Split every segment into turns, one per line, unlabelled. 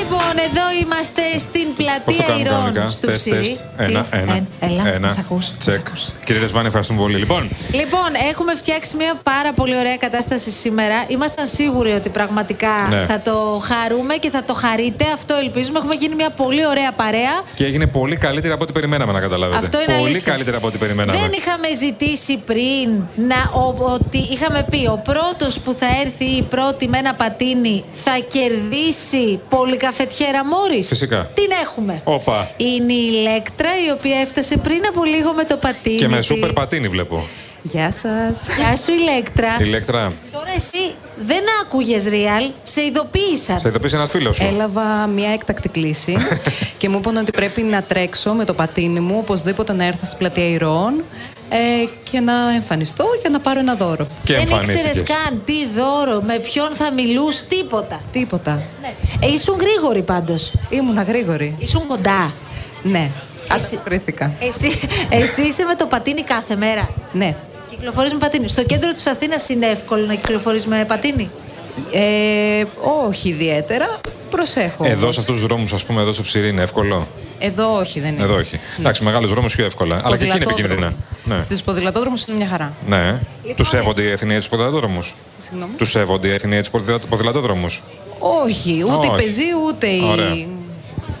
Λοιπόν, Εδώ είμαστε στην
Πώς το
πλατεία
κάνουμε κανονικά.
Ηρών του
Τεστ,
Ψηρή.
τεστ. Ένα,
Τι?
ένα.
Ε, Έλα,
ένα.
μας ακούς. μας
Τσεκ.
ακούς.
Κύριε Ρεσβάνη, ευχαριστούμε πολύ. Λοιπόν,
Λοιπόν, έχουμε φτιάξει μια πάρα πολύ ωραία κατάσταση σήμερα. Ήμασταν σίγουροι ότι πραγματικά
Ναι.
θα το χαρούμε και θα το χαρείτε. Αυτό ελπίζουμε. Έχουμε γίνει μια πολύ ωραία παρέα.
και έγινε πολύ καλύτερα από ό,τι περιμέναμε να καταλάβετε.
Αυτό είναι
πολύ
αλήθεια.
καλύτερα από ό,τι περιμέναμε.
Δεν είχαμε ζητήσει πριν να, ο- ότι είχαμε πει ο πρώτος που θα έρθει ή η πρώτη με ένα πατίνι θα κερδίσει πολυκαφετιέρα Μόρις.
Φυσικά.
Την έχουμε.
Όπα.
Είναι η Ηλέκτρα η οποία έφτασε πριν από λίγο με το πατίνι
Και με
της.
σούπερ πατίνι βλέπω.
Γεια σας.
Γεια σου Ηλέκτρα.
Ηλέκτρα,
Τώρα εσύ δεν άκουγες real, σε ειδοποίησαν.
σε ειδοποίησε ένας φίλος σου.
Έλαβα μια έκτακτη κλίση και μου είπαν ότι πρέπει να τρέξω με το πατίνι μου, οπωσδήποτε να έρθω στην πλατεία Ηρών ε, και να εμφανιστώ για να πάρω ένα δώρο.
Και
δεν ήξερε
εμφανίστηκε.
καν τι δώρο, με ποιον θα μιλούς, τίποτα.
Τίποτα.
Ναι. Ε, ήσουν γρήγορη πάντως.
Ήμουνα γρήγορη.
Ήσουν κοντά.
Ναι.
Εσύ-
Ανταποκρίθηκα.
Εσύ, εσύ είσαι με το πατίνι κάθε μέρα.
Ναι.
Κυκλοφορείς με πατίνι. Στο κέντρο της Αθήνας είναι εύκολο να κυκλοφορείς με πατίνι.
Ε, όχι ιδιαίτερα. Προσέχω.
Εδώ σε αυτούς τους δρόμους, ας πούμε, εδώ στο ψυρί είναι εύκολο.
Εδώ όχι
Ναι.
δεν είναι.
Εδώ όχι. Εντάξει, μεγάλου δρόμου πιο εύκολα. Αλλά και εκεί είναι
Ποδηλατόδρομοι.
επικίνδυνα. Ναι.
Στις ποδηλατόδρομους είναι μια χαρά.
Ναι. Του σέβονται οι Αθηναίοι τους ποδηλατόδρομους.
Συγγνώμη.
Τους σέβονται οι Αθηναίοι τους ποδηλατόδρομους.
Όχι, ούτε
Όχι.
οι πεζοί, ούτε οι...
Ωραία.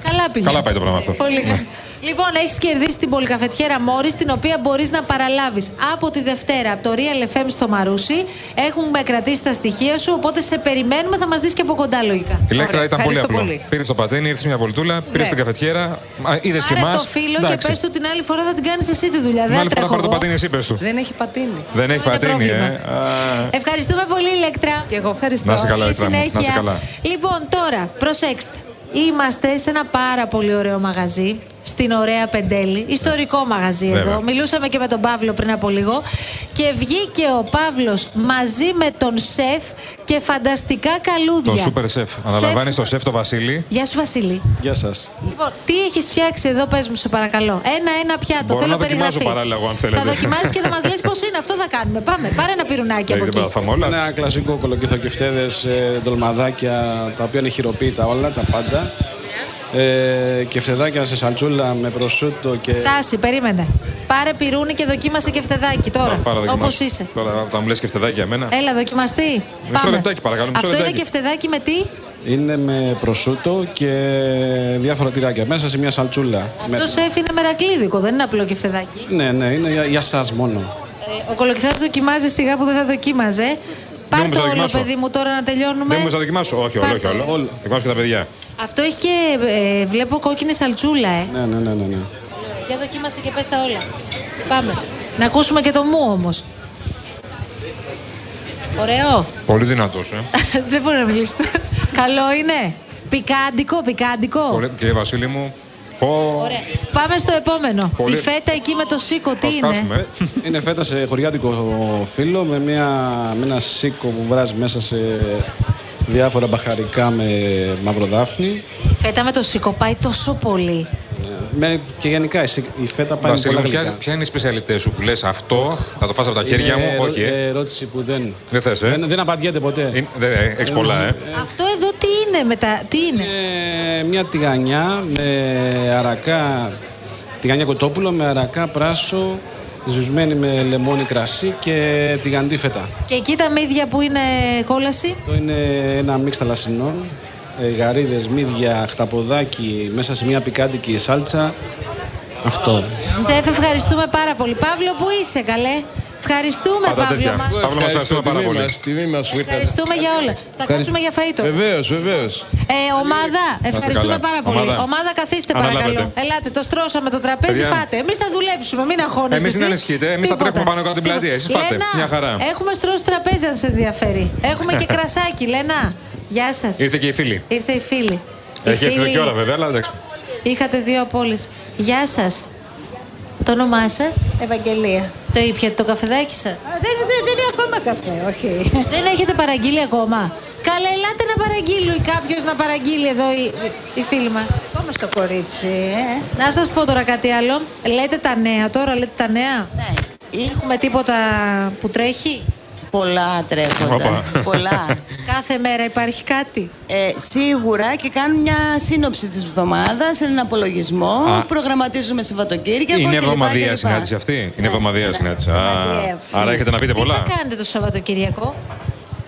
Καλά πήγε.
Καλά πάει το πράγμα αυτό. Ναι.
Πολύ. Λοιπόν, έχεις κερδίσει την πολυκαφετιέρα Μόρις, την οποία μπορείς να παραλάβεις από τη Δευτέρα από το Real FM στο Μαρούσι. Έχουμε κρατήσει τα στοιχεία σου, οπότε σε περιμένουμε, θα μας δεις και από κοντά λογικά.
Η Λέκτρα
Ωραία,
ήταν πολύ
ευχαριστώ
απλό.
πολύ.
Πήρε το πατένι, ήρθε μια βολτούλα, πήρε την καφετιέρα, είδες και
Ναι. Άρα
εμά.
το φίλο και πες του την άλλη φορά θα την κάνεις εσύ τη δουλειά.
Την
Δεν
άλλη φορά
τρέχω.
πάρω το
εγώ.
πατίνι, εσύ πες του.
Δεν έχει πατίνι.
Δεν έχει
είναι
πατίνι,
πρόβλημα.
ε. Α,
Ευχαριστούμε πολύ, Ηλέκτρα.
Και εγώ ευχαριστώ.
Να σε καλά,
Καλή
Λέκτρα. μου. Να σε
συνέχεια.
καλά.
Λοιπόν, τώρα, προσέξτε. Είμαστε σε ένα πάρα πολύ ωραίο μαγαζί, στην ωραία Πεντέλη. Ιστορικό μαγαζί
Βέβαια.
εδώ. Μιλούσαμε και με τον Παύλο πριν από λίγο. Και βγήκε ο Παύλος μαζί με τον σεφ και φανταστικά καλούδια.
Τον σούπερ σεφ. Αναλαμβάνει τον σεφ το Βασίλη.
Γεια σου, Βασίλη.
Γεια σας.
Λοιπόν, τι έχεις φτιάξει εδώ, πες μου, σε παρακαλώ. Ένα-ένα πιάτο.
Μπορώ
θέλω
να δοκιμάζω
περιγραφή.
παράλληλα εγώ, αν θέλετε.
Θα δοκιμάζεις και θα μας λες πώς είναι. Αυτό θα κάνουμε. Πάμε, πάρε ένα πυρουνάκι από
Δεν
εκεί.
θα μου όλα.
Ένα κλασικό κολοκυθοκεφτέδες, ε, ντολμαδάκια, τα οποία είναι χειροποίητα όλα, τα πάντα. Ε, κεφτεδάκια σε σαλτσούλα με προσούτο και...
Στάση, περίμενε. Πάρε πυρούνι και δοκίμασε και φτεδάκι τώρα. Όπως είσαι.
Τώρα, όταν μου λες και φτεδάκια εμένα.
Έλα, δοκιμαστεί. Πάμε.
λεπτάκι, παρακαλώ, μισό
Αυτό είναι
λεπτάκι.
και φτεδάκι με τι.
Είναι με προσούτο και διάφορα τυράκια μέσα σε μια σαλτσούλα.
Αυτό σεφ είναι μερακλίδικο, δεν είναι απλό και φτεδάκι.
Ναι, ναι, είναι για, για σας μόνο.
Ε, ο κολοκυθάς δοκιμάζει σιγά που δεν θα δοκίμαζε. Πάρ
όμως θα
το όλο,
δοκιμάσω.
παιδί μου, τώρα να τελειώνουμε.
Δεν μου να δοκιμάσω. Όχι,
Πάρ'
όλο, όχι,
το.
όλο. Δοκιμάσω και τα παιδιά.
Αυτό έχει και. ε, βλέπω κόκκινη σαλτσούλα, ε.
Ναι, ναι, ναι, ναι. ναι.
Για δοκίμασε και πες τα όλα. Πάμε. Να ακούσουμε και το μου όμως. Ωραίο.
Πολύ δυνατός, ε.
δεν μπορεί να μιλήσει. Καλό είναι. Πικάντικο, πικάντικο.
Πολύ- Κύριε Βασίλη μου. Πω.
Ωραία. Πάμε στο επόμενο.
Πολύ-
Η φέτα εκεί με το σίκο, τι
Ας
είναι.
κάσουμε. ε.
Είναι φέτα σε χωριάτικο φύλλο με, μια, με ένα σίκο που βράζει μέσα σε διάφορα μπαχαρικά με μαυροδάφνη.
Φέτα με το σίκο πάει τόσο πολύ.
Ε, Με, και γενικά η, σι- η φέτα πάει με
Βασίλη
πολλά
μου,
γλυκά.
ποια, ποια είναι η σπεσιαλιτέ σου που λες αυτό, θα το φας από τα χέρια
Είναι
μου.
ερω-
Όχι, ε.
ερώτηση που δεν.
Δεν θες, ε.
δεν, δεν απαντιέται ποτέ.
Είναι- Δεν έχεις πολλά, ε.
Αυτό εδώ τι είναι μετά, τι είναι.
Ε, μια τηγανιά με αρακά. Τηγανιά κοτόπουλο με αρακά πράσο, ζυσμένη με λεμόνι κρασί και τηγανιτή φέτα.
Και εκεί τα μύδια που είναι κόλαση.
Αυτό είναι ένα μίξ θαλασσινών. Ε, γαρίδες, μύδια, χταποδάκι μέσα σε μια πικάντικη σάλτσα. Αυτό.
Σεφ, ευχαριστούμε πάρα πολύ. Παύλο, που είσαι, καλέ. Ευχαριστούμε,
Πάντα
Παύλο.
τέτοια.
μας.
Παύλο, μας ευχαριστούμε πάρα πολύ.
Τιμή μας που ήρθατε.
Ευχαριστούμε για όλα. Θα κάτσουμε για φαΐτο.
Βεβαίως, βεβαίως.
Ε, ομάδα, ευχαριστούμε
καλά.
πάρα πολύ.
Ομάδα.
Ομάδα, καθίστε παρακαλώ.
Αναλάβετε.
Ελάτε, το στρώσαμε το τραπέζι,
Παιδιά.
φάτε. Εμείς θα δουλέψουμε, μην αγχώνεστε.
Εμείς μην
εσείς.
ανησυχείτε, εμείς θα
Τίποτα.
τρέχουμε πάνω κάτω την
Τίποτα.
πλατεία, εσείς φάτε.
Λένα,
Μια χαρά.
Έχουμε στρώσει τραπέζι, αν σε ενδιαφέρει. Έχουμε και κρασάκι, Λένα. Γεια σας.
Ήρθε και η φίλη.
Ήρθε η φίλη. Η
Ε, Έχει έρθει εδώ
φίλη-
και ώρα, βέβαια, αλλά εντάξει.
Είχατε δύο απόλυες. Γεια σας. Το όνομά σας,
Ευαγγελία.
το ήπιατε το καφεδάκι σας.
Α, δεν, δεν, δεν είναι ακόμα καφέ, όχι.
Δεν έχετε παραγγείλει ακόμα. Καλά, ελάτε να παραγγείλει κάποιος να παραγγείλει εδώ η, η φίλη μας.
Ακόμα στο κορίτσι, ε.
Να σας πω τώρα κάτι άλλο. Λέτε τα νέα τώρα, λέτε τα νέα. Ναι. Έχουμε τίποτα που τρέχει.
Πολλά τρέχοντα.
Όπα.
Πολλά.
Κάθε μέρα υπάρχει κάτι.
Ε, σίγουρα και κάνουν μια σύνοψη της εβδομάδας, έναν απολογισμό,
Α.
προγραμματίζουμε Σαββατοκύριακο
Είναι
κλπ,
εβδομαδιαία
κλπ.
συνάντηση αυτή. Είναι εβδομαδιαία συνάντηση. Α,
Εβδομαδιαία.
Άρα έχετε να πείτε Ε, πολλά.
Ναι. Τι θα κάνετε το Σαββατοκυριακό.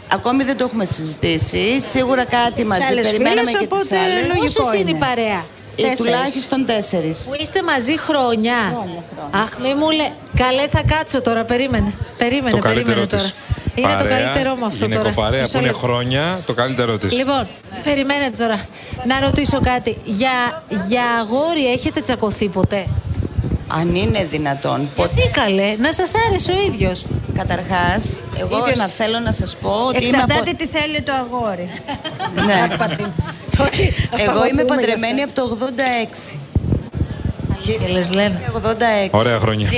Ακόμη δεν το έχουμε συζητήσει. Σίγουρα κάτι μαζί.
άλλες
Περιμέναμε
φίλες,
και τις
οπότε
άλλες.
λογικό.
Πόσε είναι η
είναι.
παρέα
Ε,
Τέσσερις.
τουλάχιστον τέσσερις.
που είστε μαζί χρόνια. Αχ, μη μου λέ. Καλέ, θα κάτσω τώρα. Περίμενε. Περίμενε,
Το
περίμενε
καλύτερό τη.
τώρα. Είναι το καλύτερό μου αυτό τώρα.
παρέα
Μισό
που είναι
λεπτό.
χρόνια, το καλύτερό της.
Λοιπόν, περιμένετε τώρα. Να ρωτήσω κάτι. Για, για αγόρι έχετε τσακωθεί ποτέ.
Αν είναι δυνατόν.
Γιατί καλέ, να σας άρεσε ο ίδιος.
Καταρχάς, εγώ
Ίδιος.
να θέλω να σας πω ότι είμαι από-
Εξαρτάται τι θέλει το αγόρι.
Ναι.
Άπατη. Το ότι- αυτά
Εγώ
τα
είμαι
πούμε
παντρεμένη
γι'
από το 86.
Αλήθειες λένε.
86.
Ωραία χρόνια.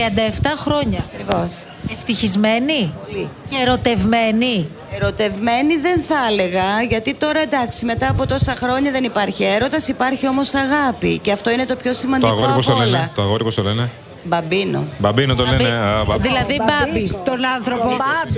37 χρόνια.
Ακριβώς.
Ευτυχισμένη
Πολύ.
και ερωτευμένη.
Ερωτευμένη δεν θα έλεγα, γιατί τώρα εντάξει, μετά από τόσα χρόνια δεν υπάρχει έρωτας, υπάρχει όμως αγάπη. Και αυτό είναι το πιο
Το
λοιπόν,
σημαντικό
αγόρι πώς το
από όλα.
λένε. Το αγόρι πώς το λένε.
Μπαμπίνο.
Μπαμπίνο το λένε. α, μπα-
Δηλαδή, μπάμπι, τον άνθρωπο.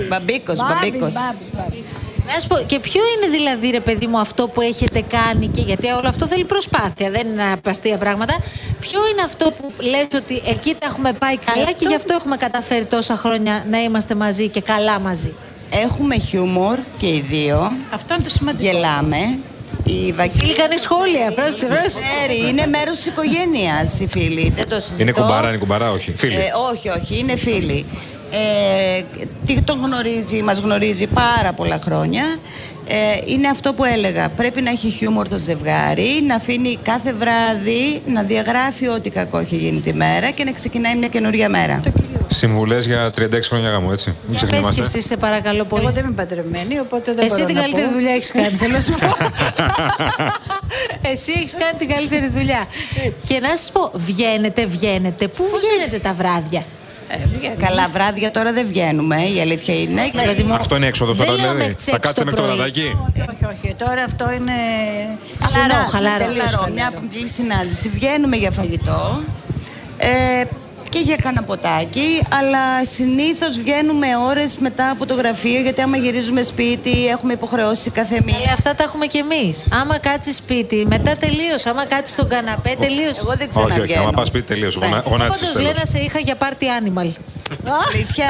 Μπαμπίκος,
Μπάμπης,
μπαμπίκος.
μπάμπης, μπάμπης.
Να σου πω, και ποιο είναι δηλαδή, ρε παιδί μου, αυτό που έχετε κάνει, και γιατί όλο αυτό θέλει προσπάθεια, δεν είναι απαστία πράγματα. Ποιο είναι αυτό που λες ότι εκεί τα έχουμε πάει καλά και γι' αυτό έχουμε καταφέρει τόσα χρόνια να είμαστε μαζί και καλά μαζί.
Έχουμε χιούμορ και οι δύο.
Αυτό είναι το σημαντικό.
Γελάμε. Η
Φίλοι,
Βαγγέλη
κάνει σχόλια, πρόσεξε, πρόσεξε.
ξέρει, είναι μέρος της οικογένειας οι φίλοι. Δεν το συζητώ.
Είναι κουμπαρά, είναι κουμπαρά, όχι. Φίλοι.
Ε, όχι, όχι, είναι φίλοι. Ε, τι- τον γνωρίζει, μας γνωρίζει πάρα πολλά χρόνια. Ε, είναι αυτό που έλεγα. Πρέπει να έχει χιούμορ το ζευγάρι, να αφήνει κάθε βράδυ να διαγράφει ό,τι κακό έχει γίνει τη μέρα και να ξεκινάει μια καινούργια μέρα.
Συμβουλές για 36 χρόνια γάμου, έτσι. Μην
Για πες και
ξεχνιόμαστε.
εσύ, σε παρακαλώ
Εγώ
πολύ.
δεν είμαι παντρεμένη, οπότε δεν
Εσύ
μπορώ
την
να
καλύτερη
πω.
δουλειά έχεις κάνει, θέλω να σου πω. Εσύ έχεις κάνει την καλύτερη δουλειά. Και να σας πω, βγαίνετε, βγαίνετε. Πού βγαίνετε τα βράδια.
Ε, βγαίνει.
Καλά βράδια τώρα δεν βγαίνουμε, η αλήθεια είναι.
Δηλαδή, μου-
Αυτό είναι έξοδο τώρα,
Δεν λέω
δηλαδή.
μέχρι τις
Θα
έξι το
κάτσε μέχρι το
πρωί.
ραδάκι.
Όχι, όχι, όχι. Τώρα αυτό είναι.
Χαλαρό,
συνάδελφο,
χαλαρό.
τελείως
Χαλαρό, μια απλή συνάντηση. Βγαίνουμε για φαγητό ε, και για κάνα ποτάκι, αλλά συνήθως βγαίνουμε ώρες μετά από το γραφείο, γιατί άμα γυρίζουμε σπίτι έχουμε υποχρεώσει κάθε
Ε,
μία.
αυτά τα έχουμε κι εμείς. Άμα κάτσεις σπίτι, μετά τελείωσε. Άμα κάτσεις στον καναπέ, τελείωσε.
Εγώ δεν
Όχι, όχι.
ξαναβγαίνω.
Άμα πας πει τελείω.
Ναι.
Γονάτισε.
Πάντω λέει να σε είχα για πάρτι animal.
Αλήθεια.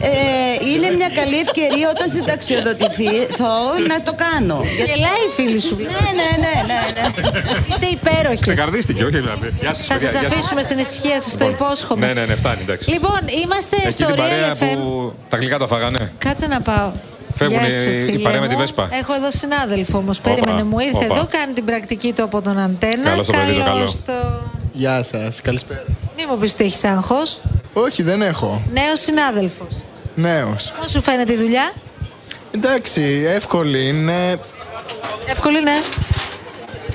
Ε, είναι μια καλή ευκαιρία όταν συνταξιοδοτηθώ να το κάνω.
Γελάει η φίλη σου.
Ναι, ναι, ναι, ναι. ναι.
Είστε υπέροχες.
Ξεκαρδίστηκε, όχι δηλαδή. Γεια σας,
Θα σα αφήσουμε στην ησυχία σας, το υπόσχομαι.
Ναι, ναι, ναι, φτάνει, εντάξει.
Λοιπόν, είμαστε
Εκεί
στο
την παρέα
Real FM.
που τα γλυκά τα φάγανε.
Κάτσε να πάω.
Φεύγουν
Γεια
οι-
σου,
η
φίλε
παρέα με τη
μου.
Βέσπα.
Έχω εδώ συνάδελφο όμως. Περίμενε, μου ήρθε
όπα.
εδώ, κάνει την πρακτική του από τον αντένα.
Καλό στο παιδί, το καλό.
Καλώς το-
Γεια σας, καλησπέρα.
Μη μου πεις ότι έχεις άγχος.
Όχι, δεν έχω.
Νέος συνάδελφος.
Νέος.
Πώς σου φαίνεται η δουλειά,
Εντάξει, εύκολη είναι.
Εύκολη, ναι.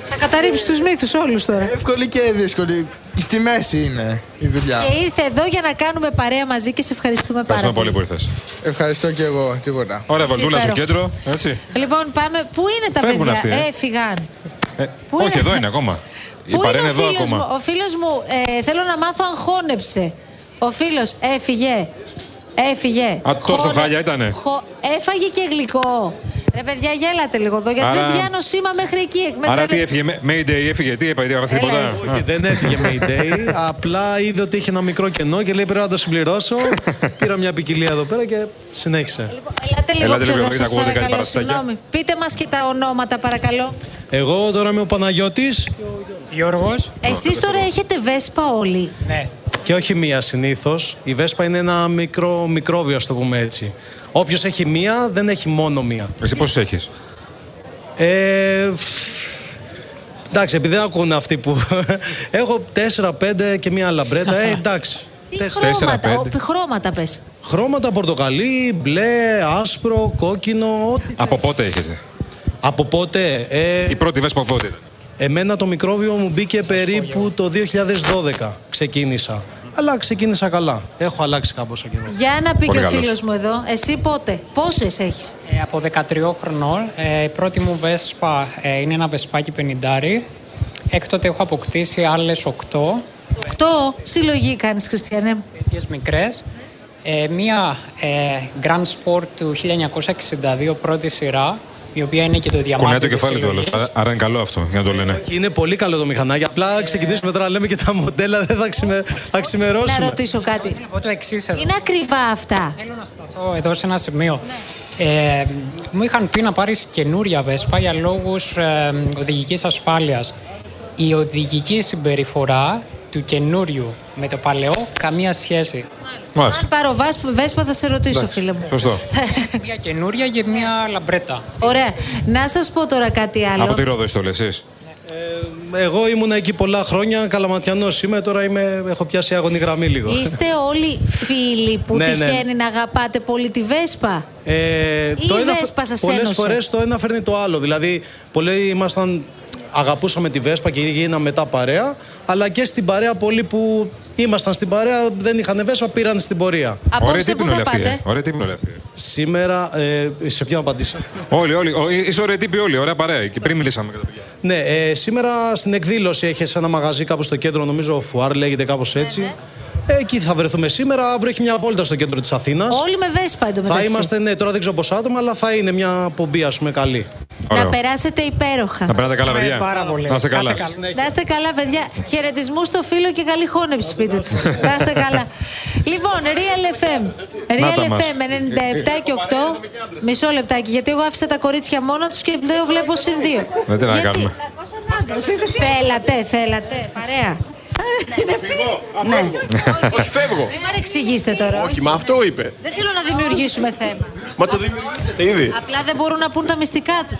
Θα καταρρύψεις τους μύθους όλους τώρα.
Εύκολη και δύσκολη. Στη μέση είναι η δουλειά.
Και ήρθε εδώ για να κάνουμε παρέα μαζί και σε ευχαριστούμε πάρα
Ευχαριστούμε πολύ που ήρθες.
Ευχαριστώ και εγώ, τίποτα.
Ωραία, βολτούλα στο
Υπέροχο.
κέντρο. Έτσι.
Λοιπόν, πάμε. Πού είναι τα
Φεύγουν
παιδιά,
αυτοί, ε.
έφυγαν.
Ε,
Πού
όχι,
είναι?
εδώ είναι ακόμα. Η
Πού
παρέα
είναι
είναι
ο
εδώ
φίλος μου,
ακόμα.
ο φίλος μου, ε, θέλω να μάθω αν χώνεψε. Ο φίλος έφυγε, έφυγε.
Α, τόσο χάλια ήτανε.
Χω- Έφαγε και γλυκό. Ρε παιδιά, γέλατε λίγο εδώ, γιατί
Άρα-
δεν πιάνω σήμα μέχρι εκεί.
Άρα
Εκμεταλλε-
τι έφυγε, May- Mayday έφυγε, τι είπα, είπα τίποτα.
Έλα,
Α,
Όχι, δεν έφυγε Mayday. Απλά είδε ότι είχε ένα μικρό κενό και λέει πρέπει να το συμπληρώσω. Πήρα μια ποικιλία εδώ πέρα και συνέχισε.
Λοιπόν, Ελάτε λίγο
Ελάτε
πιο
λίγο,
εδώ,
γιατί
σας
ακούγονται κάτι
παρακαλώ,
παραστάκια.
συγγνώμη. Πείτε μας και τα ονόματα, παρακαλώ.
Εγώ τώρα είμαι ο Παναγιώτης
Γιώργος.
Εσείς τώρα έχετε βέσπα όλοι.
Ναι.
και όχι μία συνήθως. Η Βέσπα είναι ένα μικρό μικρόβιο, ας το πούμε έτσι. Όποιος έχει μία, δεν έχει μόνο μία.
Εσύ πόσους έχεις.
Ε, φ, εντάξει, επειδή δεν ακούνε αυτοί που. Έχω 4-5 και μία λαμπρέτα. Ε, εντάξει.
Τι
Τέσσερα.
χρώματα,
τέσσερα,
ο,
πέντε.
χρώματα πες.
Χρώματα πορτοκαλί, μπλε, άσπρο, κόκκινο. Ό,τι...
Από πότε έχετε.
Από πότε. Ε,
Η πρώτη βέσπα από πότε ήταν.
Εμένα το μικρόβιο μου μπήκε περίπου το 2012 ξεκίνησα. Αλλά ξεκίνησα καλά. Έχω αλλάξει κάπως ο καιρός.
Για να πει
Πολύ
και ο
καλός.
φίλος μου εδώ, εσύ πότε, πόσες έχεις.
Ε, από 13 χρονών, ε, η πρώτη μου βέσπα ε, είναι ένα βεσπάκι 50. Έκτοτε έχω αποκτήσει άλλες 8
Οκτώ συλλογή κάνεις, Χριστιανέ μου.
τέτοιες μικρές. Ε, μία ε, Grand Sport του 1962 πρώτη σειρά, η οποία είναι και το διαμάτι
Κουνάει το
της
κεφάλι του όλος.
συλλογής.
Άρα είναι καλό αυτό για να το λένε.
Είναι πολύ καλό το μηχανάκι.
Ναι.
Απλά ξεκινήσουμε τώρα, λέμε και τα μοντέλα, δεν θα, ξημε... θα
Να
ξημερώσουμε.
ρωτήσω κάτι.
το εξής εδώ.
Είναι ακριβά αυτά.
σταθώ εδώ σε ένα σημείο.
Ναι.
Ε, μου είχαν πει να πάρεις καινούρια βέσπα για λόγους ε, οδηγικής ασφάλειας. Η οδηγική συμπεριφορά του καινούριου με το παλαιό καμία σχέση.
Αν πάρω βάσπ- βέσπα θα σε ρωτήσω, φίλε μου.
Σωστό.
Ναι.
μια καινούρια και μια λαμπρέτα.
Ωραία. Να σας πω τώρα κάτι άλλο.
Από τη Ρόδο το λες εσείς.
Εγώ ήμουν εκεί πολλά χρόνια, καλαματιανός είμαι, τώρα είμαι, έχω πιάσει άγωνη γραμμή λίγο.
Είστε όλοι φίλοι που
Ναι, ναι.
τυχαίνει να αγαπάτε πολύ τη Βέσπα.
Ε,
Ή η Βέσπα σας
πολλές
ένωσε.
φορές το ένα φέρνει το άλλο. Δηλαδή, πολλοί ήμασταν, αγαπούσαμε τη Βέσπα και γίναμε μετά παρέα, αλλά και στην παρέα πολλοί που ήμασταν στην παρέα δεν είχαν Βέσπα, πήραν στην πορεία.
Ωραία τύπη είναι όλοι αυτοί. ε. Ωραία τύπη είναι όλοι αυτοί.
Σήμερα, ε, σε ποιον απαντήσω.
Όλοι, όλοι. ο- Είσαι ωραία τύπη όλοι. Ωραία παρέα. Και πριν μιλήσαμε για τα παιδιά.
Ναι, ε, σήμερα στην εκδήλωση έχεις ένα μαγαζί κάπου στο κέντρο, νομίζω ο Φουάρ λέγεται
Ναι,
κάπως έτσι. Ε, εκεί θα βρεθούμε σήμερα. Αύριο έχει μια βόλτα στο κέντρο της Αθήνας.
Όλοι με Βέσπα
Θα
εντωμεταξύ.
είμαστε, ναι, τώρα δεν ξέρω πόσα άτομα, αλλά θα είναι μια πομπή, ας πούμε, καλή.
Να περάσετε υπέροχα.
Να περάτε καλά, παιδιά.
Ε,
Να είστε καλά.
Να είστε καλά, παιδιά. Χαιρετισμού στο φίλο και καλή χώνευση σπίτι του. Να είστε καλά. Λοιπόν, Real FM.
Να τα
Real
μας.
FM 97 και 8. Μισό λεπτάκι, γιατί εγώ άφησα τα κορίτσια μόνο τους και λέω βλέπω συν δύο.
Δεν τι να κάνουμε.
Θέλατε, θέλατε. Παρέα.
Ναι.
Όχι, φεύγω.
Μην παρεξηγήσετε τώρα.
Όχι, μα αυτό είπε.
Δεν θέλω να δημιουργήσουμε θέμα.
Μα το δημιουργήσατε ήδη.
Απλά δεν μπορούν να πούν τα μυστικά τους.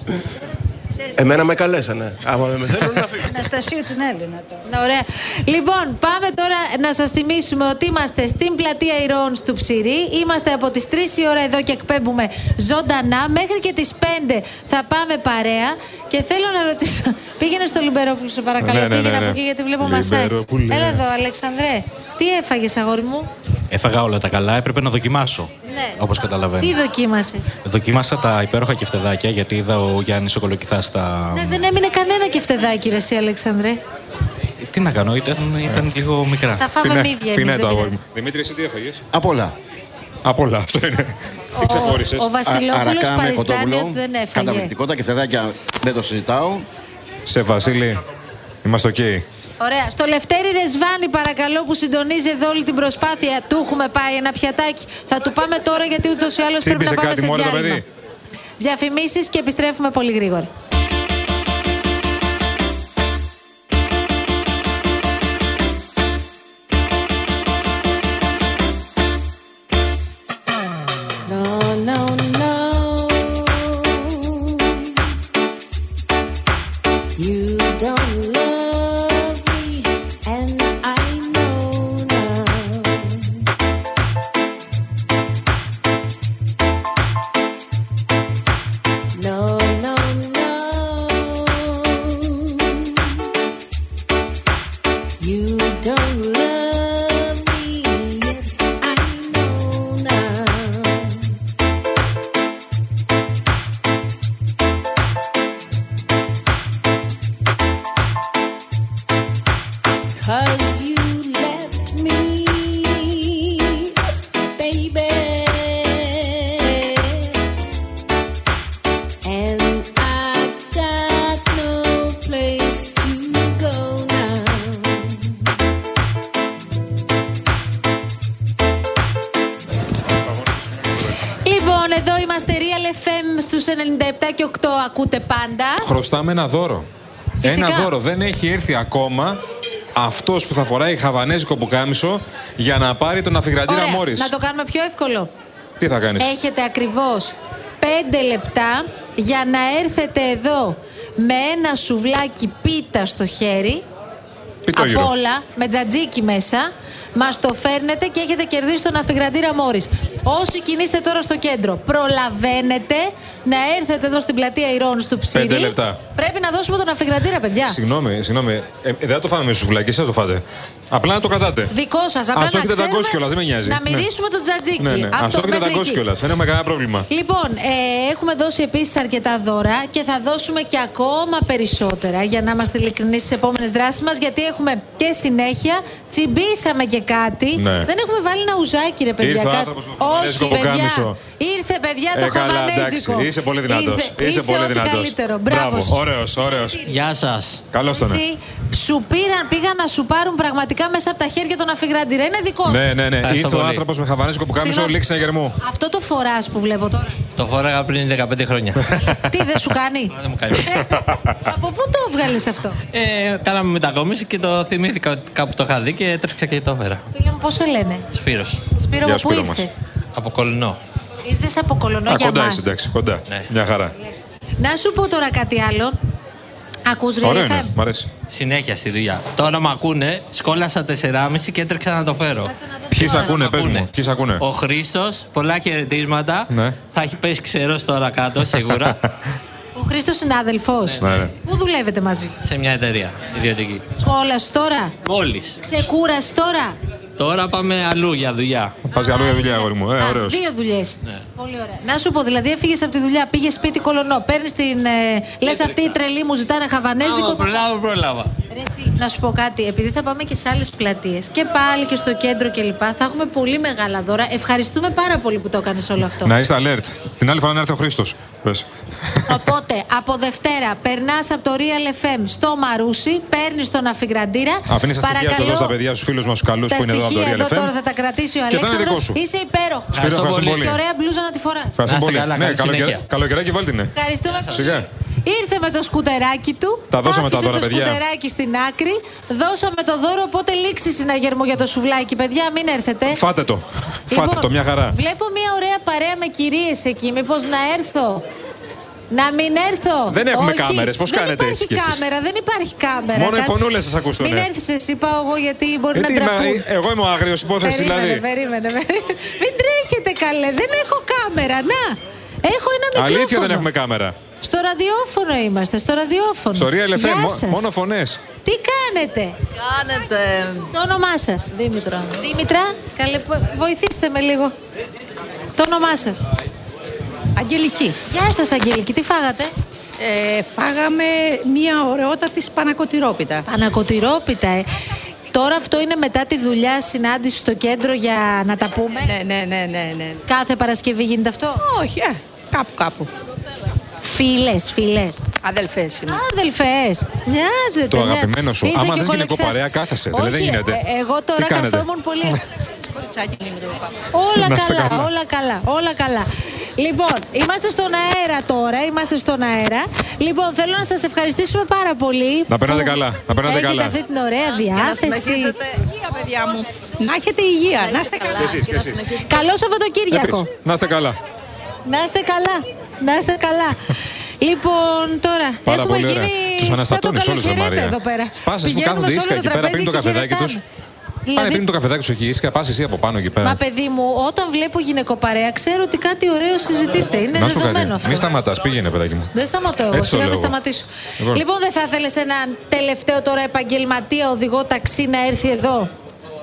Εμένα με καλέσανε. Άμα δεν με θέλουν, να φύγω.
Αναστασίου την Έλληνα τώρα.
Ναι, Ωραία. Λοιπόν, πάμε τώρα να σας θυμίσουμε ότι είμαστε στην πλατεία Ηρών του Ψηρή. Είμαστε από τις 3 η ώρα εδώ και εκπέμπουμε ζωντανά. Μέχρι και τις 5 θα πάμε παρέα. Και θέλω να ρωτήσω. Πήγαινε στο Λιμπερόπουλο, σε παρακαλώ.
Ναι, ναι, ναι,
Πήγαινε
ναι.
από εκεί γιατί βλέπω μασάκι.
Λιμπερόπουλε.
Έλα εδώ, Αλεξανδρέ. Τι έφαγες, αγόρι μου.
Έφαγα όλα τα καλά, έπρεπε να δοκιμάσω.
Ναι.
Όπως καταλαβαίνω.
Τι δοκίμασες.
Δοκίμασα τα υπέροχα κεφτεδάκια γιατί είδα ο Γιάννης ο Κολοκυθά τα.
Ναι, δεν έμεινε κανένα κεφτεδάκι, ρε, εσύ, Αλεξανδρέ.
Τι να κάνω, ήταν, ήταν λίγο μικρά.
Θα φάμε Πεινά- μύδια εμείς, πεινάει δεν το αγόρι μου.
Δημήτρης, εσύ τι έφαγες.
Απ' όλα.
Απ' όλα, αυτό είναι. Τι ξεχώρισες.
Ο Βασιλόπουλος
Αρακά με
παριστάνει
κοτόπουλο.
ότι δεν έφαγε.
Καταπληκτικό, τα κεφτεδάκια δεν το συζητάω.
Σε Βασίλη, είμαστε οκ.
Ωραία. Στο Λευτέρη Ρεσβάνη, παρακαλώ, που συντονίζει εδώ όλη την προσπάθεια. Του έχουμε πάει ένα πιατάκι. Θα του πάμε τώρα, γιατί ούτως ή άλλως πρέπει να
Τσίπησε
πάμε
κάτι
σε
μόνο το
διάλειμμα.
παιδί.
Διαφημίσεις και επιστρέφουμε πολύ γρήγορα.
No, no, no. You don't love me, and I know now. No, no, no. You don't love me, yes, I know now. Cause you left me, baby. And I got no place to go now.
Λοιπόν, εδώ είμαστε Real FM στου 97 και 8. Ακούτε πάντα.
Χρωστάμε ένα δώρο.
Φυσικά.
Ένα δώρο. Δεν έχει έρθει ακόμα αυτός που θα φοράει χαβανέζικο πουκάμισο για να πάρει τον αφιγραντήρα
Ωραία.
Μόρις.
Να το Ε, κάνουμε πιο εύκολο.
Τι θα κάνεις.
Έχετε ακριβώς 5 λεπτά για να έρθετε εδώ με ένα σουβλάκι πίτα στο χέρι.
Πιτόγυρο.
Απ' όλα, με τζατζίκι μέσα. Μας το φέρνετε και έχετε κερδίσει τον αφιγραντήρα Μόρις. Όσοι κινείστε τώρα στο κέντρο, προλαβαίνετε να έρθετε εδώ στην πλατεία Ηρών του Ψήρη.
Πέντε λεπτά.
Πρέπει να δώσουμε τον αφιγραντήρα, παιδιά.
Συγγνώμη, συγγνώμη. Ε, δεν θα το φάμε με σουβλάκι, εσείς θα το φάτε. Απλά να το κρατάτε.
Δικό σας, απλά
Ας
να
το έχετε
ξέρουμε
δαγκώσει κιόλας, δεν με νοιάζει.
να
Ναι.
μυρίσουμε τον τζατζίκι.
Ναι, ναι. Αυτό έχετε
μέχρι
δαγκώσει
εκεί.
κιόλα. Δεν έχουμε κανένα πρόβλημα.
Λοιπόν, ε, έχουμε δώσει επίσης αρκετά δώρα και θα δώσουμε και ακόμα περισσότερα για να είμαστε ειλικρινείς στις επόμενες δράσεις μας. Γιατί έχουμε και συνέχεια. Τσιμπήσαμε και κάτι.
Ναι.
Δεν έχουμε βάλει ένα ουζάκι, ρε παιδιά.
Ήρθε ο
κάτι-
άνθρωπος με το χαβανέζικο
Όχι, παιδιά.
ποκάμισο.
Ήρθε, παιδιά, το
Ε, καλά,
χαβανέζικο.
εντάξει. Είσαι πολύ δυνατός.
Ήρθε-
Είσαι, πολύ
ό,τι
δυνατός.
καλύτερο. Μπράβο. σου.
Ωραίος, ωραίος. Γεια σας. Καλώς τον.
Εσύ, σου πήραν, πήγαν να σου πάρουν πραγματικά μέσα από τα χέρια τον αφιγράντη. Ρε, είναι δικός σου.
Ναι, ναι, ναι.
Ευχαριστώ
Ήρθε ο
πολύ.
άνθρωπος με χαβανέζικο που κάμισο,
Συγγνώμη.
λήξη να γερμό.
Αυτό το φοράς που βλέπω τώρα.
Το φόραγα πριν 15 χρόνια.
Τι δεν σου κάνει.
Δεν μου κάνει.
από πού το βγάλε αυτό.
Ε, κάναμε μετακόμιση και το θυμήθηκα ότι κάπου το είχα δει και έτρεξα και το έφερα.
Φίλε μου, πώς σε λένε.
Σπύρος.
Σπύρο,
Γεια
από πού
Σπύρο μας.
ήρθες.
Από Κολυνό.
Ήρθες από κολονό για
κοντά
μας.
είσαι, εντάξει, κοντά.
Ναι.
Μια χαρά.
Να σου πω τώρα κάτι άλλο. Ακούς ρε
Ωραίο
FM.
είναι.
Μ' αρέσει.
Συνέχεια στη δουλειά. Τώρα με ακούνε, σκόλασα 4,5 και έτρεξα να το φέρω.
Ποιοι σε ακούνε, πες μου. Ποιοι σε ακούνε.
Ο Χρήστος, πολλά χαιρετίσματα.
Ναι.
Θα έχει πέσει ξερός τώρα κάτω, σίγουρα.
Ο Χρήστος είναι αδελφός.
Ναι, ναι.
Πού δουλεύετε μαζί.
σε μια εταιρεία ιδιωτική.
Σχόλας τώρα.
Μόλις.
Ξεκούρας τώρα.
Τώρα πάμε αλλού για δουλειά.
Πας για άλλη δουλειά, αγόρι μου. Ε,
Α,
ωραίος.
Δύο δουλειές. Πολύ ωραία. Να σου πω, δηλαδή έφυγες από τη δουλειά, πήγες σπίτι κολονό, παίρνεις την. Ε, Λες αυτή η τρελή μου ζητάνε χαβανέζικο.
Προλάβα, προλάβα.
Ρε, εσύ, να σου πω κάτι, επειδή θα πάμε και σε άλλες πλατείες και πάλι και στο κέντρο κλπ. Θα έχουμε πολύ μεγάλα δώρα. Ευχαριστούμε πάρα πολύ που το έκανες όλο αυτό.
Να είστε alert. Την άλλη φορά να έρθει ο Χρήστος.
Οπότε από Δευτέρα περνάς από το Real FM στο Μαρούσι, παίρνεις τον αφιγραντήρα.
Αφήνεις τα στοιχεία του εδώ στα παιδιά, στους φίλους μας, του καλούς
τα
που είναι εδώ από
στοιχεία εδώ
το Real
τώρα
FM.
θα τα κρατήσει ο
Και θα είναι
Αλέξανδρος.
δικό σου.
Είσαι υπέροχος.
Σπύρο, Ευχαριστώ ευχαριστώ πολύ.
Και ωραία μπλούζα να τη φοράς.
Ευχαριστώ πολύ. ναι,
καλή
καλοκαιρά-
συνέχεια.
καλοκαιράκι, βάλτε ναι.
Ευχαριστούμε πολύ.
Σιγά.
Ήρθε με το σκουτεράκι του.
Τα δώσαμε τα
άφησε
δώρα,
το
παιδιά.
σκουτεράκι στην άκρη. Δώσαμε το δώρο, οπότε λήξει συναγερμό για το σουβλάκι, παιδιά. Μην έρθετε.
Φάτε το. Φάτε το, μια χαρά.
Λοιπόν, Βλέπω μια ωραία παρέα με κυρίες εκεί. Μήπως να έρθω. Να μην έρθω.
Δεν έχουμε
Όχι.
κάμερες. Πώς
δεν
κάνετε
υπάρχει
έτσι κι εσείς?
κάμερα, δεν υπάρχει κάμερα.
Μόνο οι
Κάτσε.
φωνούλες σας ε. ακούστουνε.
Μην έρθεις εσύ, πάω εγώ γιατί μπορεί
Ε,
να
τι είμαι,
τραπούν.
ε, εγώ είμαι ο άγριος
περίμενε,
υπόθεση, δηλαδή.
περίμενε, περίμενε. Μην τρέχετε καλέ, δεν έχω κάμερα. Να, έχω ένα μικρόφωνο.
Αλήθεια δεν έχουμε κάμερα.
Στο ραδιόφωνο είμαστε, στο ραδιόφωνο.
Στο Real FM,
Γεια
μο-
σας.
μόνο φωνές.
Τι κάνετε. Κάνετε. Το όνομά σας. Δήμητρα. Δήμητρα, καλέ, πο- βοηθήστε με λίγο. Το όνομά σας. Αγγελική. Γεια σας, Αγγελική. Τι φάγατε.
Ε, φάγαμε μία ωραιότατη σπανακοτηρόπιτα.
Σπανακοτηρόπιτα, ε. Τώρα αυτό είναι μετά τη δουλειά συνάντηση στο κέντρο για να τα πούμε.
Ναι, ναι, ναι, ναι. ναι.
Κάθε Παρασκευή γίνεται αυτό.
Όχι, ε, κάπου κάπου.
Φίλες, φίλες.
Αδελφές είμαι.
Αδελφέ, μοιάζεται.
Το
μοιάζεται.
αγαπημένο σου.
Ήρθε
Άμα
και
θες
ο
γυναικό
Κολοκυθάς.
παρέα, κάθεσαι.
Όχι,
Δηλαδή, δεν γίνεται.
ε, εγώ
Τι
τώρα
κάνετε?
καθόμουν πολύ. όλα
Να είστε
καλά,
καλά.
όλα καλά, όλα καλά. Λοιπόν, είμαστε στον αέρα τώρα, είμαστε στον αέρα. Λοιπόν, θέλω να σας ευχαριστήσουμε πάρα πολύ.
Να περνάτε
που
καλά, να περνάτε
έχετε
καλά.
αυτή την ωραία διάθεση.
Υγεία, παιδιά μου. Να έχετε υγεία, να είστε καλά.
Και εσείς, και εσείς.
Καλό Σαββατοκύριακο.
Επίσης. Να είστε καλά.
Δηλαδή- Να είστε καλά. Να είστε καλά. λοιπόν, τώρα
Πάρα
έχουμε
πολύ ωραία.
γίνει
Τους
σαν τον
αναστατώνεις όλους, ρε
καλοχαιρέτα
Μαρία.
εδώ πέρα.
Πας, ας πούμε,
Πηγαίνουμε
κάθονται
σε
ήσυχα
όλο
εκεί πέρα,
τραπέζι
πίνουν το
και
καφεδάκι
χαιρετάμε.
τους. Πάνε
Δηλαδή,
πριν το καφεδάκι σου εκεί και πα εσύ από πάνω εκεί
μα
πέρα.
παιδί μου, όταν βλέπω γυναικοπαρέα, ξέρω ότι κάτι ωραίο συζητείται. Είναι
Να σου πω
δεδομένο
κάτι.
αυτό.
Μην σταματάς, πήγαινε παιδάκι μου.
Δεν σταματώ εγώ,
Έτσι το
θέλω να
λέω εγώ.
σταματήσω.
Λοιπόν.
Λοιπόν, δεν θα ήθελες έναν τελευταίο τώρα επαγγελματία οδηγό ταξί να έρθει εδώ.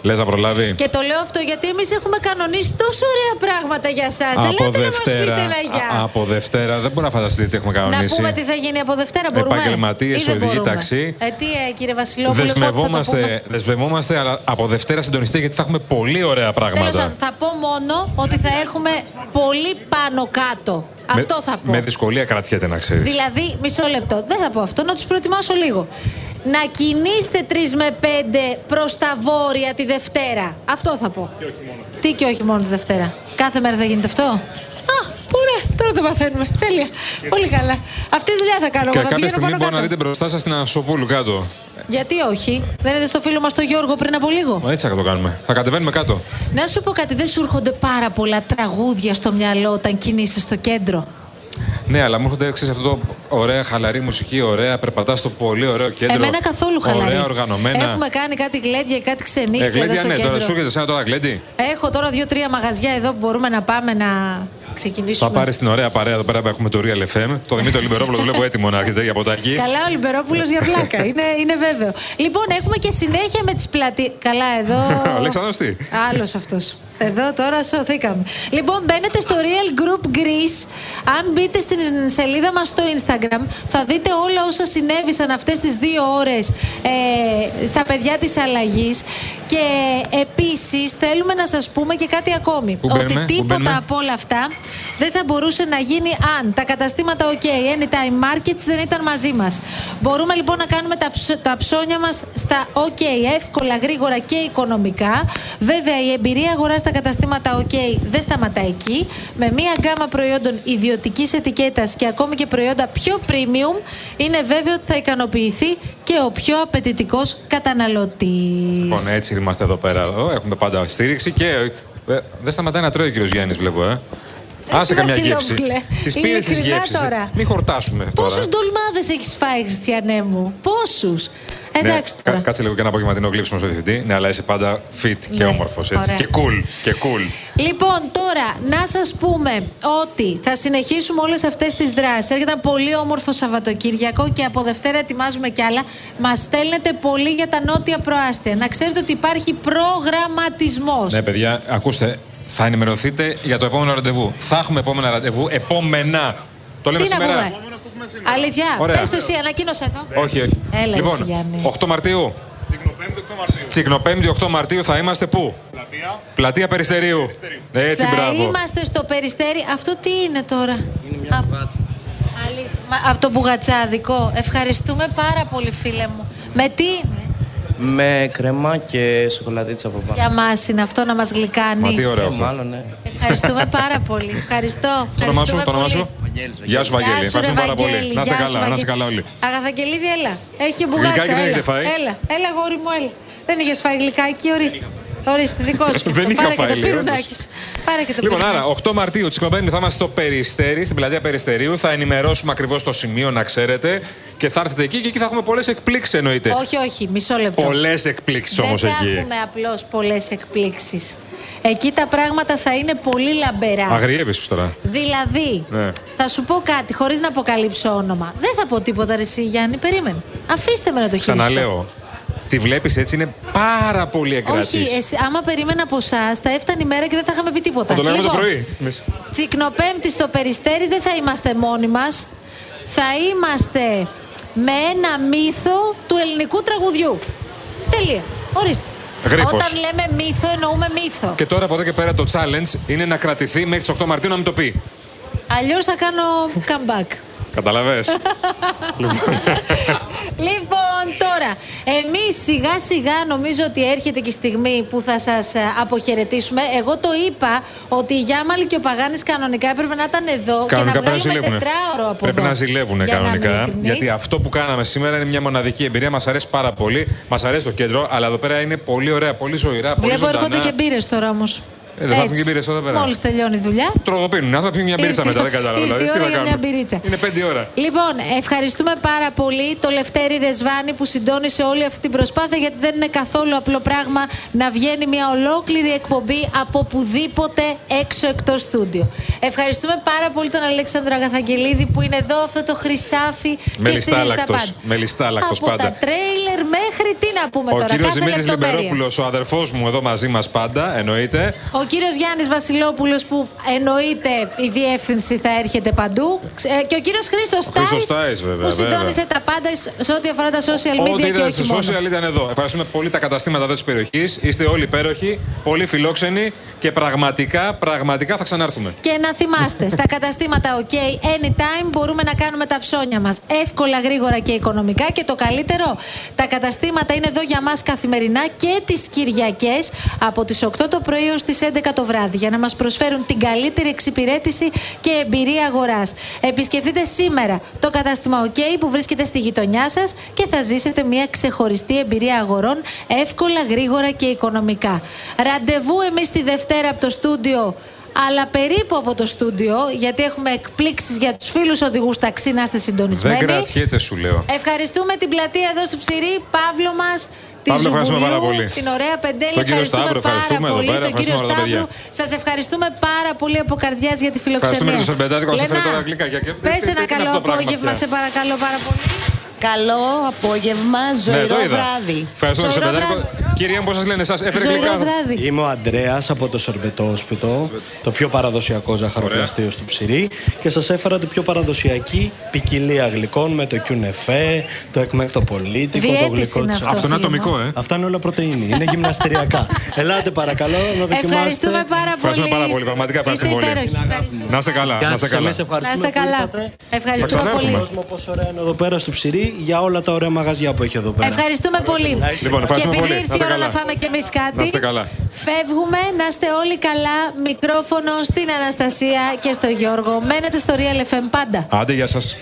Λες να προλάβει.
Και το λέω αυτό γιατί εμείς έχουμε κανονίσει τόσο ωραία πράγματα για εσά.
Από
Ελάτε να μας πείτε
Δευτέρα,
ένα γεια.
α- από Δευτέρα δεν μπορεί να φανταστείτε τι έχουμε
Να
κανονίσει.
πούμε τι θα γίνει από Δευτέρα, μπορούμε.
Επαγγελματίες,
Ή δεν
οδηγοί
μπορούμε?
ταξί.
Ε, τι, ε, κύριε Βασιλόπουλε, πότε θα το πούμε.
Δεσμευόμαστε, δεσμευόμαστε, αλλά από Δευτέρα συντονιστείτε γιατί θα έχουμε πολύ ωραία
Τέλος
πράγματα.
πάντων, θα πω μόνο ότι θα έχουμε πολύ πάνω κάτω.
Με-
Αυτό θα πω.
Με δυσκολία κρατιέται να ξέρεις.
Δηλαδή, μισό λεπτό. Δεν θα πω αυτό, να τους προετοιμάσω λίγο. Να κινείστε 3 με 5 προς τα βόρεια τη Δευτέρα. Αυτό θα πω. Τι και όχι μόνο τη Δευτέρα. Κάθε μέρα θα γίνεται αυτό. Α, ωραία, τώρα το μαθαίνουμε. Τέλεια. Πολύ καλά. Αυτή τη δουλειά θα κάνω.
Και
εγώ, θα
κάποια
πηγαίνω
στιγμή
πάνω
μπορεί να
κάτω.
δείτε μπροστά σας την Ασοπούλου κάτω.
Γιατί όχι. Δεν είδε στο φίλο μας τον Γιώργο πριν από λίγο.
Έτσι θα το κάνουμε. Θα κατεβαίνουμε κάτω.
Να σου πω κάτι, δεν σου έρχονται πάρα πολλά τραγούδια στο μυαλό όταν κινείσαι στο κέντρο.
Ναι, αλλά μου έρχονται εξή αυτό το ωραία χαλαρή μουσική, ωραία, περπατάς στο πολύ ωραίο κέντρο.
Εμένα καθόλου χαλαρή.
Ωραία, οργανωμένα.
Έχουμε κάνει κάτι γλέντια και κάτι ξενύχια
Ε,
εδώ
γλέντια,
στο
ναι,
κέντρο. Ναι.
τώρα σου έρχεται εσένα τώρα γλέντι.
Έχω τώρα δύο-τρία μαγαζιά εδώ που μπορούμε να πάμε να ξεκινήσουμε.
Θα πάρεις την ωραία παρέα εδώ πέρα που έχουμε το Real FM. Το Δημήτρη Λιμπερόπουλο το βλέπω έτοιμο να έρχεται για ποτάκι.
Καλά, ο Λιμπερόπουλο για πλάκα. είναι, είναι βέβαιο. Λοιπόν, έχουμε και συνέχεια με τις πλατείε. Καλά, εδώ.
Ο Αλέξανδρος τι.
Άλλος αυτός. Εδώ τώρα σωθήκαμε. Λοιπόν, μπαίνετε στο Real Group Greece. Αν μπείτε στην σελίδα μας στο Instagram, θα δείτε όλα όσα συνέβησαν αυτές τις δύο ώρες ε, στα παιδιά της αλλαγής. Και επίσης θέλουμε να σας πούμε και κάτι ακόμη.
Πού
ότι
μπαίνουμε, πού μπαίνουμε?
τίποτα από όλα αυτά δεν θα μπορούσε να γίνει αν τα καταστήματα OK, Anytime Markets δεν ήταν μαζί μας. Μπορούμε λοιπόν να κάνουμε τα, ψ- τα ψώνια μας στα OK εύκολα, γρήγορα και οικονομικά. Βέβαια, η εμπειρία αγοράς στα καταστήματα OK δεν σταματά εκεί. Με μία γκάμα προϊόντων ιδιωτικής ετικέτας και ακόμη και προϊόντα πιο premium, είναι βέβαιο ότι θα ικανοποιηθεί και ο πιο απαιτητικός καταναλωτής.
Λοιπόν, έτσι είμαστε εδώ πέρα. Εδώ. Έχουμε πάντα στήριξη και. ε, Δεν σταματάει να τρώει ο κύριος Γιάννης, βλέπω, ε. Άσε καμιά γεύση.
Βασιλόπουλε,
Τη πήρες τις
ειλικρινά
γεύσεις.
τώρα.
Μην χορτάσουμε τώρα.
Πόσους ντολμάδες έχεις φάει, Χριστιανέ μου, Πόσους. Εντάξει
Ναι, κα-
τώρα.
κάτσε λίγο και ένα απογευματινό γλύψιμο στο διευθυντή. Ναι, αλλά είσαι πάντα fit και
Ναι,
όμορφος.
ωραία.
Και cool. Και cool.
Λοιπόν, τώρα να σας πούμε ότι θα συνεχίσουμε όλες αυτές τις δράσεις. Έρχεται ένα πολύ όμορφο Σαββατοκύριακο και από Δευτέρα ετοιμάζουμε κι άλλα. Μας στέλνετε πολύ για τα νότια προάστια. Να ξέρετε ότι υπάρχει προγραμματισμός.
Ναι, παιδιά, ακούστε. Θα ενημερωθείτε για το επόμενο ραντεβού. Θα έχουμε επόμενα ραντεβού. Επόμενα. Το λέμε
Τι να
σήμερα.
πούμε. Αλήθεια.
Ωραία.
Πες το εσύ, ανακοίνωσέ το.
Όχι, όχι.
Έλα, εσύ,
λοιπόν,
Γιάννη.
8 Μαρτίου. Τσικνοπέμπτη 8 Μαρτίου θα είμαστε πού? Πλατεία. Πλατεία Περιστερίου. Ε, Έτσι,
θα
μπράβο.
είμαστε στο περιστέρι. Αυτό τι είναι τώρα. Είναι μια από το μπουγατσάδικο. Ευχαριστούμε πάρα πολύ, φίλε μου. Με τι
Με κρεμά και σοκολατίτσα από πάνω.
για μας είναι αυτό να μας γλυκάνεις.
Ε, Μάλλον, ναι.
Ευχαριστούμε πάρα πολύ. Ευχαριστώ.
Το όνομά σου,
Ευχαριστούμε
το όνομά
πολύ.
σου. Γεια σου, Βαγγέλη.
Γεια σου, ρε,
Ευχαριστούμε πάρα πολύ.
Βαγγέλη.
Να είστε
Γεια σου,
καλά, να είστε
Βαγγέλη.
καλά όλοι.
Αγαθακελίδη, έλα. Έχει και μπουγάτσα.
Γλυκάκι δεν
έλα.
έχετε φάει.
Έλα, έλα, γόρι μου, έλα. Δεν είχες φάει γλυκάκι, ορίστε. Ορίστε, δικό σου.
Δεν είχα
Πάρε και
φάει,
το
λέει,
πυρουνάκι σου. Πάρε και το
Λοιπόν,
πυρουνάκι.
άρα 8 Μαρτίου, Τσικνοπέμπτη, θα είμαστε στο Περιστέρι, στην πλατεία Περιστερίου. Θα ενημερώσουμε ακριβώς το σημείο, να ξέρετε. Και θα έρθετε εκεί και εκεί θα έχουμε πολλές εκπλήξεις εννοείται.
Όχι, όχι, μισό λεπτό.
Πολλές εκπλήξεις όμω
Δεν θα
εκεί.
έχουμε απλώς πολλές εκπλήξεις. Εκεί τα πράγματα θα είναι πολύ λαμπερά.
Αγριεύεις τώρα.
Δηλαδή,
Ναι.
θα σου πω κάτι χωρίς να αποκαλύψω όνομα. Δεν θα πω τίποτα, ρε, εσύ, Γιάννη, περίμενε. Αφήστε με να το χειριστώ.
Ξαναλέω. Τη βλέπεις έτσι, είναι πάρα πολύ
Όχι,
εγκρατή.
εσύ, άμα περίμενα από εσάς, θα έφτανε η μέρα και δεν θα είχαμε πει τίποτα.
Θα το λέμε
λοιπόν,
το πρωί.
Τσικνοπέμπτη στο περιστέρι δεν θα είμαστε μόνοι μας. Θα είμαστε με ένα μύθο του ελληνικού τραγουδιού. Τελεία. Ορίστε.
Γρίφος.
Όταν λέμε μύθο, εννοούμε μύθο.
Και τώρα από εδώ και πέρα το challenge είναι να κρατηθεί μέχρι τις 8 Μαρτίου να μην το πει.
Αλλιώς θα κάνω comeback.
Καταλαβέ.
λοιπόν, τώρα, εμείς σιγά σιγά νομίζω ότι έρχεται και η στιγμή που θα σας αποχαιρετήσουμε. Εγώ το είπα ότι η Γιάμαλη και ο Παγάνης κανονικά έπρεπε να ήταν εδώ
Κανονικά
και να
πρέπει να
βγάλουμε
ζηλεύουν.
τετράωρο από
Πρέπει
εδώ.
να ζηλεύουν
Για να είμαι
κανονικά.
ειλικρινής.
γιατί αυτό που κάναμε σήμερα είναι μια μοναδική εμπειρία. Μας αρέσει πάρα πολύ. Μας αρέσει το κέντρο, αλλά εδώ πέρα είναι πολύ ωραία, πολύ ζωηρά. Πολύ
Βλέπω έρχονται
ζωντανά.
και μπύρες τώρα όμως.
Ε, δεν θα έχουν και μπύρες εδώ πέρα.
Μόλις τελειώνει η δουλειά.
Τρογοπίνουν. Ας θα πιούν μια μπυρίτσα
Ήρθε-
μετά, δεν κατάλαβα.
ήρθε
Δηλαδή,
η
τι
ώρα
να
για μια
κάνουμε.
μπυρίτσα.
Είναι πέντε ώρα.
Λοιπόν, ευχαριστούμε πάρα πολύ το Λευτέρη Ρεσβάνη που συντώνησε όλη αυτή την προσπάθεια γιατί δεν είναι καθόλου απλό πράγμα να βγαίνει μια ολόκληρη εκπομπή από πουδήποτε έξω εκτός στούντιο. Ευχαριστούμε πάρα πολύ τον Αλέξανδρο Αγαθαγγελίδη που είναι εδώ αυτό το χρυσάφι και στηρίζει τα
Μελιστάλακτο.
πάντα.
Μελιστάλακτο
Από τα
πάντα.
τρέιλερ μέχρι τι να πούμε
Ο
τώρα,
κύριος
κάθε
Δημήτρης
λεπτομέρεια.
Λιμπερόπουλος, ο αδερφός μου εδώ μαζί μας πάντα, εννοείται.
Ο κύριος Γιάννης Βασιλόπουλος που εννοείται η διεύθυνση θα έρχεται παντού. Ξε- ε, Και ο κύριος Χρήστος
Χρήστος
Τάις
Τάις, βέβαια,
που συντώνησε
βέβαια.
τα πάντα σε- σε ό,τι αφορά τα social media
Ό,τι
και
είδατε
όχι
στα
μόνο.
social ήταν εδώ. Ευχαριστούμε πολύ τα καταστήματα εδώ της περιοχής. Είστε όλοι υπέροχοι, πολύ φιλόξενοι και πραγματικά, πραγματικά θα ξανάρθουμε.
Και να θυμάστε, στα καταστήματα OK, anytime μπορούμε να κάνουμε τα ψώνια μας. Εύκολα, γρήγορα και οικονομικά. Και το καλύτερο, τα καταστήματα είναι εδώ για μας καθημερινά και τις Κυριακές από τις 8 το πρωί έως τις 11 το βράδυ για να μας προσφέρουν την καλύτερη εξυπηρέτηση και εμπειρία αγοράς. Επισκεφτείτε σήμερα το κατάστημα OK που βρίσκεται στη γειτονιά σας και θα ζήσετε μια ξεχωριστή εμπειρία αγορών εύκολα, γρήγορα και οικονομικά. Ραντεβού εμείς τη Δευτέρα από το στούντιο αλλά περίπου από το στούντιο, γιατί έχουμε εκπλήξεις για τους φίλους οδηγούς ταξί, να είστε συντονισμένοι.
Δεν κρατιέται, σου λέω.
Ευχαριστούμε την πλατεία εδώ στο Ψηρή, Παύλο μας, τη
Παύλο, ευχαριστούμε
Ζουγουλού,
πάρα πολύ.
την ωραία Πεντέλη.
Τον κύριο
ευχαριστούμε
Σταύρο,
πάρα
ευχαριστούμε εδώ
πολύ.
πέρα,
τον κύριο
ευχαριστούμε όλα τα
Σταύρο, σας ευχαριστούμε πάρα πολύ από καρδιάς για τη φιλοξενία.
Ευχαριστούμε και τον Σερμπεντάδη που μα έφερε
Λένα,
τώρα γλυκάκια. Και- τι-
Πες
τι-
ένα
τι είναι
καλό
αυτό το πράγμα
απόγευμα,
πια.
σε παρακαλώ πάρα πολύ.
Καλό απόγευμα,
Ναι,
ζωηρό
Ε,
το είδα.
βράδυ.
Ευχαριστούμε τον Σερμπεντάδη. Κύριε μου, πώς σας λένε εσά, έφερε
Ζωηρό
γλυκά.
βράδυ.
Είμαι ο Αντρέα από το Σορμπετόσπιτο, το πιο παραδοσιακό ζαχαροπλαστείο στο ψυρί και σας έφερα την πιο παραδοσιακή ποικιλία γλυκών με το κιουνεφέ, το εκμεκτοπολίτικο, το
Διέτηση
γλυκό
είναι
τη
αυτό, Αυτό είναι φίλε μου. ατομικό, ε.
Αυτά είναι όλα πρωτενη. Είναι γυμναστηριακά. Ελάτε παρακαλώ να δοκιμάσετε.
Ευχαριστούμε πάρα
Ευχαριστούμε
πολύ.
πάρα πολύ, πραγματικά
Είστε
ευχαριστούμε πολύ.
υπέροχοι. Ευχαριστούμε.
Να είστε καλά,
Γεια
να είστε
σας,
καλά.
εμείς ευχαριστούμε.
Να είστε καλά. Ευχαριστούμε πολύ.
Κόσμος, πόσο ωραία είναι εδώ πέρα στο ψυρί για όλα τα ωραία μαγαζιά που έχει εδώ πέρα.
Ευχαριστούμε πολύ.
Λοιπόν,
και
ευχαριστούμε
επειδή
πολύ.
ήρθε
Να
η
είστε
ώρα να
καλά.
φάμε και εμείς κάτι,
Να είστε καλά.
φεύγουμε. Να είστε όλοι καλά. Μικρόφωνο στην Αναστασία και στο Γιώργο. Μένετε στο Real FM πάντα.
Άντε, γεια σας.